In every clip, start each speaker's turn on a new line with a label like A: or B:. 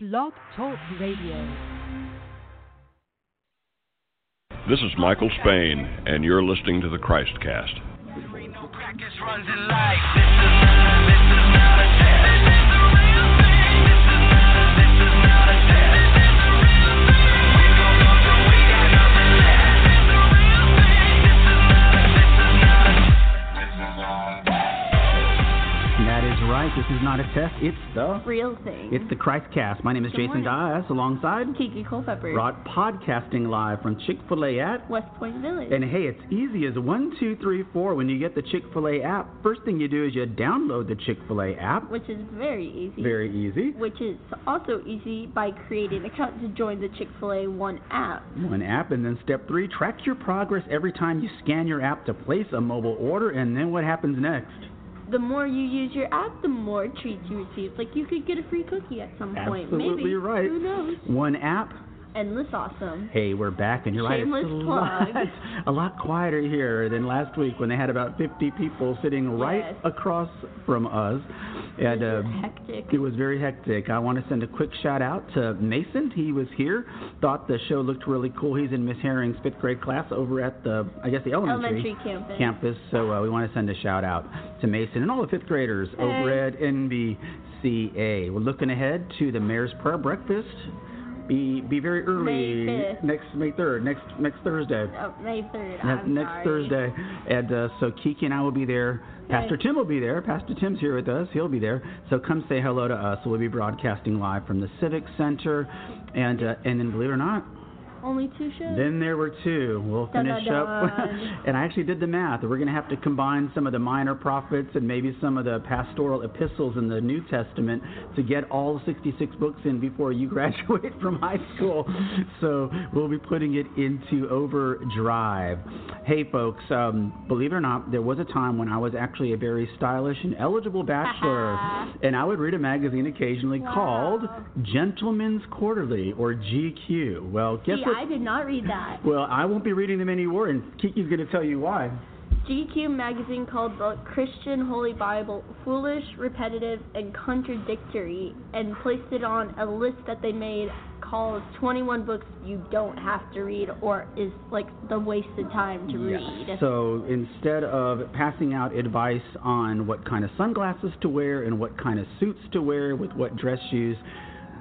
A: Blog Talk Radio.
B: This is Michael Spain, and you're listening to the Christcast.
C: Practice runs in life. This is not, this is not a test. This is the real thing. This is not, this is not a test. This is the real thing. We gon' go till we got nothing left. This is the real thing.
D: That is
C: This is not, this is not a This is not a
D: right. This is not a test. It's the
E: real thing.
D: it's the Christcast. My name is
E: Good
D: Jason Dias, alongside
E: Kiki Culpepper.
D: brought podcasting live from Chick Fil A at.
E: West Point Village.
D: And hey, it's easy as one, two, three, four. When you get the Chick Fil A app, first thing you do is you download the Chick Fil A app.
E: which is very easy.
D: Very easy.
E: Which is also easy by creating an account to join the Chick fil A One app.
D: One app, and then step three: track your progress every time you scan your app to place a mobile order. And then what happens next?
E: The more you use your app, the more treats you receive. Like you could get a free cookie at some point.
D: Absolutely
E: Maybe.
D: right.
E: Who knows?
D: One app,
E: Endless awesome.
D: Hey, we're back, and you're right. It's a
E: Shameless
D: lot,
E: plug.
D: a lot quieter here than last week when they had about 50 people sitting right
E: Yes.
D: across from us. And
E: This is
D: uh,
E: hectic.
D: it was very hectic. I want to send a quick shout out to Mason. He was here, thought the show looked really cool. He's in Miss Herring's fifth grade class over at the, I guess, the elementary,
E: Elementary campus.
D: campus. So uh, we want to send a shout out to Mason and all the fifth graders over
E: Hey.
D: at NBCA. We're looking ahead to the Mayor's Prayer Breakfast. Be be very early
E: May 5th.
D: next May third, next next Thursday.
E: Oh, May 3rd.
D: Ne-
E: I'm
D: next
E: sorry.
D: Thursday. And uh, so Kiki and I will be there. Pastor
E: Right.
D: Tim will be there. Pastor Tim's here with us. He'll be there. So come say hello to us. We'll be broadcasting live from the Civic Center. And uh, and then believe it or not,
E: Only two shows.
D: then there were two. We'll
E: Dun,
D: finish
E: dun,
D: up.
E: dun.
D: and I actually did the math. We're going to have to combine some of the minor prophets and maybe some of the pastoral epistles in the New Testament to get all 66 books in before you graduate from high school. So we'll be putting it into overdrive. Hey, folks, um, believe it or not, there was a time when I was actually a very stylish and eligible bachelor. and I would read a magazine occasionally
E: Wow.
D: called Gentleman's Quarterly or GQ. Well, guess
E: See,
D: what?
E: I did not read that.
D: Well, I won't be reading them anymore, and Kiki's going to tell you why.
E: GQ magazine called the Christian Holy Bible foolish, repetitive, and contradictory and placed it on a list that they made called 21 books you don't have to read or is like the waste of time to read.
D: So instead of passing out advice on what kind of sunglasses to wear and what kind of suits to wear with what dress shoes,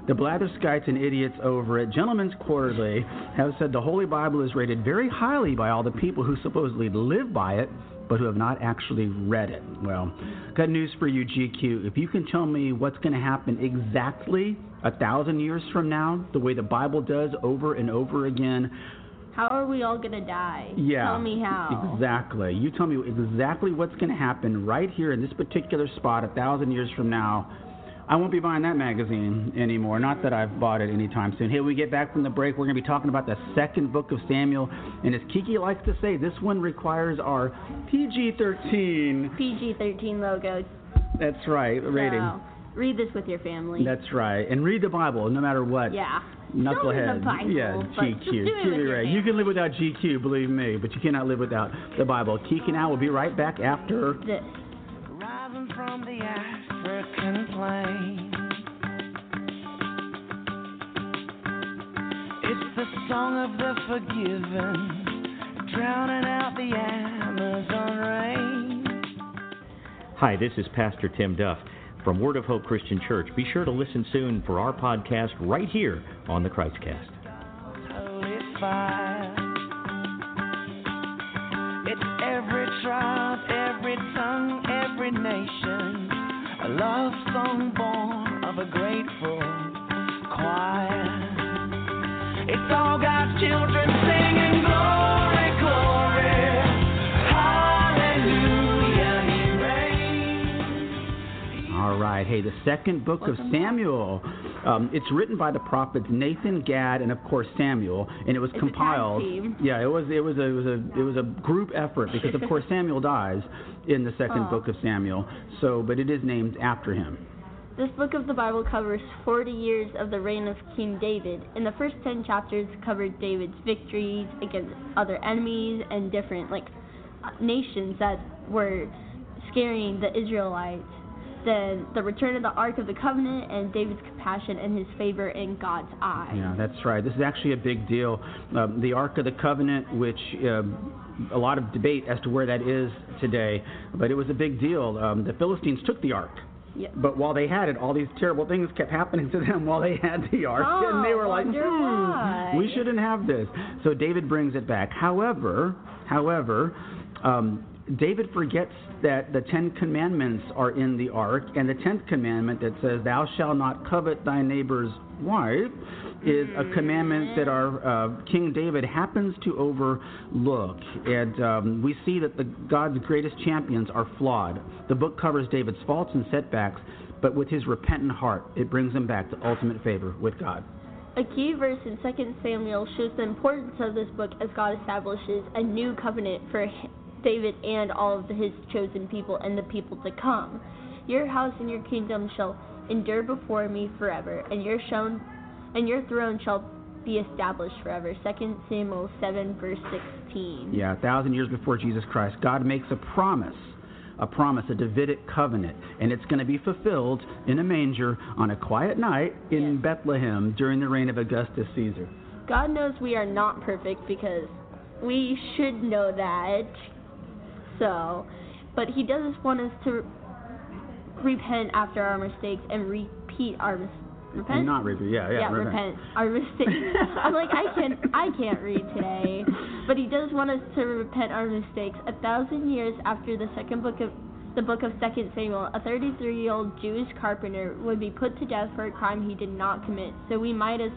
D: the blatherskites and idiots over at Gentleman's Quarterly have said the Holy Bible is rated very highly by all the people who supposedly live by it, but who have not actually read it. Well, good news for you, GQ. If you can tell me what's going to happen exactly a thousand years from now, the way the Bible does over and over again,
E: how are we all gonna die?
D: yeah.
E: Tell me how.
D: Exactly. You tell me exactly what's going to happen right here in this particular spot a thousand years from now. I won't be buying that magazine anymore. Not that I've bought it anytime soon. Hey, when we get back from the break, we're going to be talking about the second book of Samuel. And as Kiki likes to say, this one requires our PG 13.
E: PG-13 logo.
D: That's right, rating.
E: So, read this with your family.
D: That's right. And read the Bible no matter what.
E: yeah.
D: Knucklehead.
E: Not with the Bible,
D: yeah,
E: but
D: GQ.
E: just do it with
D: You're
E: your
D: right.
E: family.
D: You can live without GQ, believe me, but you cannot live without the Bible. Keek and I will be right back after.
E: This.
C: Arriving from the African plain. It's the song of the forgiven, drowning out the Amazon rain.
F: Hi, this is Pastor Tim Duff from Word of Hope Christian Church. Be sure to listen soon for our podcast right here on the Christcast.
C: Holy fire. It's every tribe, every tongue, every nation. A love song born of a grateful choir. It's all God's children singing glory, glory. Hallelujah, He reigns.
D: All right. Hey, the second book of Samuel. Um, it's written by the prophets Nathan, Gad, and of course Samuel, and it was
E: It's a tag
D: compiled.
E: team.
D: Yeah, it was it was a, it was a it was a group effort because of course Samuel dies in the second
E: Oh.
D: book of Samuel. So, but it is named after him.
E: This book of the Bible covers 40 years of the reign of King David, and the first 10 chapters cover David's victories against other enemies and different like uh, nations that were scaring the Israelites. then The Return of the Ark of the Covenant, and David's Compassion and His Favor in God's Eye.
D: Yeah, that's right. This is actually a big deal. Um, the Ark of the Covenant, which um, a lot of debate as to where that is today, but it was a big deal. Um, the Philistines took the Ark.
E: Yeah.
D: But while they had it, all these terrible things kept happening to them while they had the ark,
E: Oh,
D: and they were like,
E: wonder why."
D: "Hmm, we shouldn't have this." So David brings it back. However, however, um, David forgets that the Ten Commandments are in the ark, and the tenth commandment that says, "Thou shalt not covet thy neighbor's wife," is a commandment that our uh, King David happens to overlook. And um, we see that the God's greatest champions are flawed. The book covers David's faults and setbacks, but with his repentant heart, it brings him back to ultimate favor with God.
E: A key verse in 2 Samuel shows the importance of this book as God establishes a new covenant for h- David and all of his chosen people and the people to come. Your house and your kingdom shall endure before me forever, and your shown, and your throne shall be established forever. 2 Samuel 7 verse 16.
D: Yeah, a thousand years before Jesus Christ, God makes a promise, a promise, a Davidic covenant, and it's going to be fulfilled in a manger on a quiet night in
E: Yes.
D: Bethlehem during the reign of Augustus Caesar.
E: God knows we are not perfect because we should know that. So, but He does want us to repent after our mistakes and repeat our mis- repent.
D: And not Reaper, yeah, yeah,
E: yeah, repent. our mistakes. I'm like I can't I can't read today, but He does want us to repent our mistakes. A thousand years after the second book of the book of Second Samuel, a 33-year-old Jewish carpenter would be put to death for a crime he did not commit. So we might as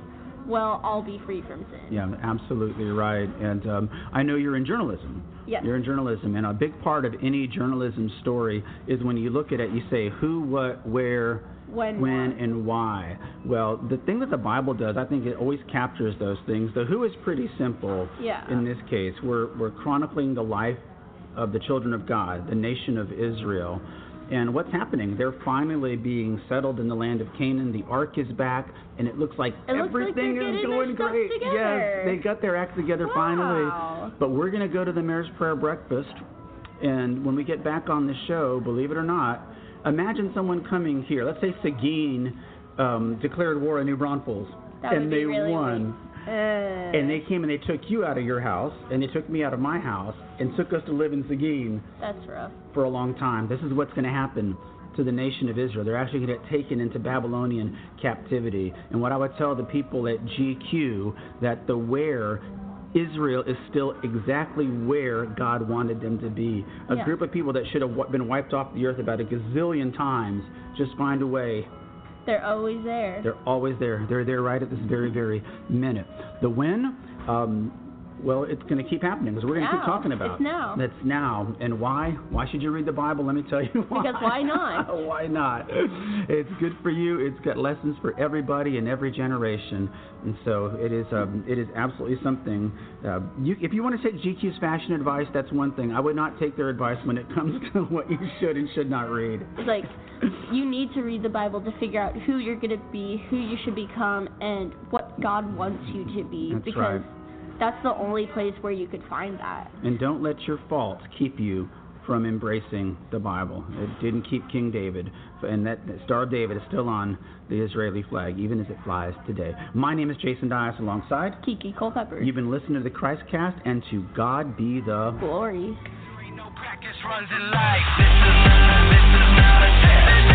E: well all be free from sin.
D: Yeah, absolutely right. And um, I know you're in journalism.
E: Yes.
D: You're in journalism, and a big part of any journalism story is when you look at it, you say who, what, where,
E: When,
D: when,
E: what.
D: and why. Well, the thing that the Bible does, I think it always captures those things. The who is pretty simple
E: Yeah.
D: in this case. We're, we're chronicling the life of the children of God, the nation of Israel. And what's happening? They're finally being settled in the land of Canaan. The ark is back, and it looks like
E: It looks like
D: everything
E: they're
D: is
E: getting
D: going
E: their stuff
D: great.
E: together.
D: Yes, they got their act together
E: Wow.
D: finally. But we're going to go to the marriage prayer breakfast. And when we get back on the show, believe it or not, imagine someone coming here. Let's say Seguin um, declared war on New Braunfels,
E: That
D: and
E: would be
D: they
E: really
D: won.
E: weak. Uh,
D: And they came and they took you out of your house, and they took me out of my house, and took us to live in Seguin
E: That's rough.
D: for a long time. This is what's going to happen to the nation of Israel. They're actually going to get taken into Babylonian captivity. And what I would tell the people at GQ that the where Israel is still exactly where God wanted them to be. A
E: Yeah.
D: group of people that should have wi- been wiped off the earth about a gazillion times just find a way
E: They're always there.
D: they're always there. They're there right at this very, very minute. The when, um, well, it's going to keep happening because we're going to
E: Now.
D: keep talking about.
E: It's now.
D: That's now. And why? Why should you read the Bible? Let me tell you why.
E: Because why not?
D: why not? It's good for you. It's got lessons for everybody in every generation. And so it is. Um, it is absolutely something. Uh, you, if you want to take GQ's fashion advice, that's one thing. I would not take their advice when it comes to what you should and should not read.
E: It's like you need to read the Bible to figure out who you're gonna be, who you should become, and what God wants you to be.
D: That's
E: because
D: right.
E: that's the only place where you could find that.
D: And don't let your faults keep you from embracing the Bible. It didn't keep King David, and that that Star of David is still on the Israeli flag, even as it flies today. My name is Jason Dias alongside.
E: Kiki Culpepper.
D: You've been listening to the Christcast, and to God be the.
E: glory.
C: Ain't no practice runs in life. This is not a, this is not a test.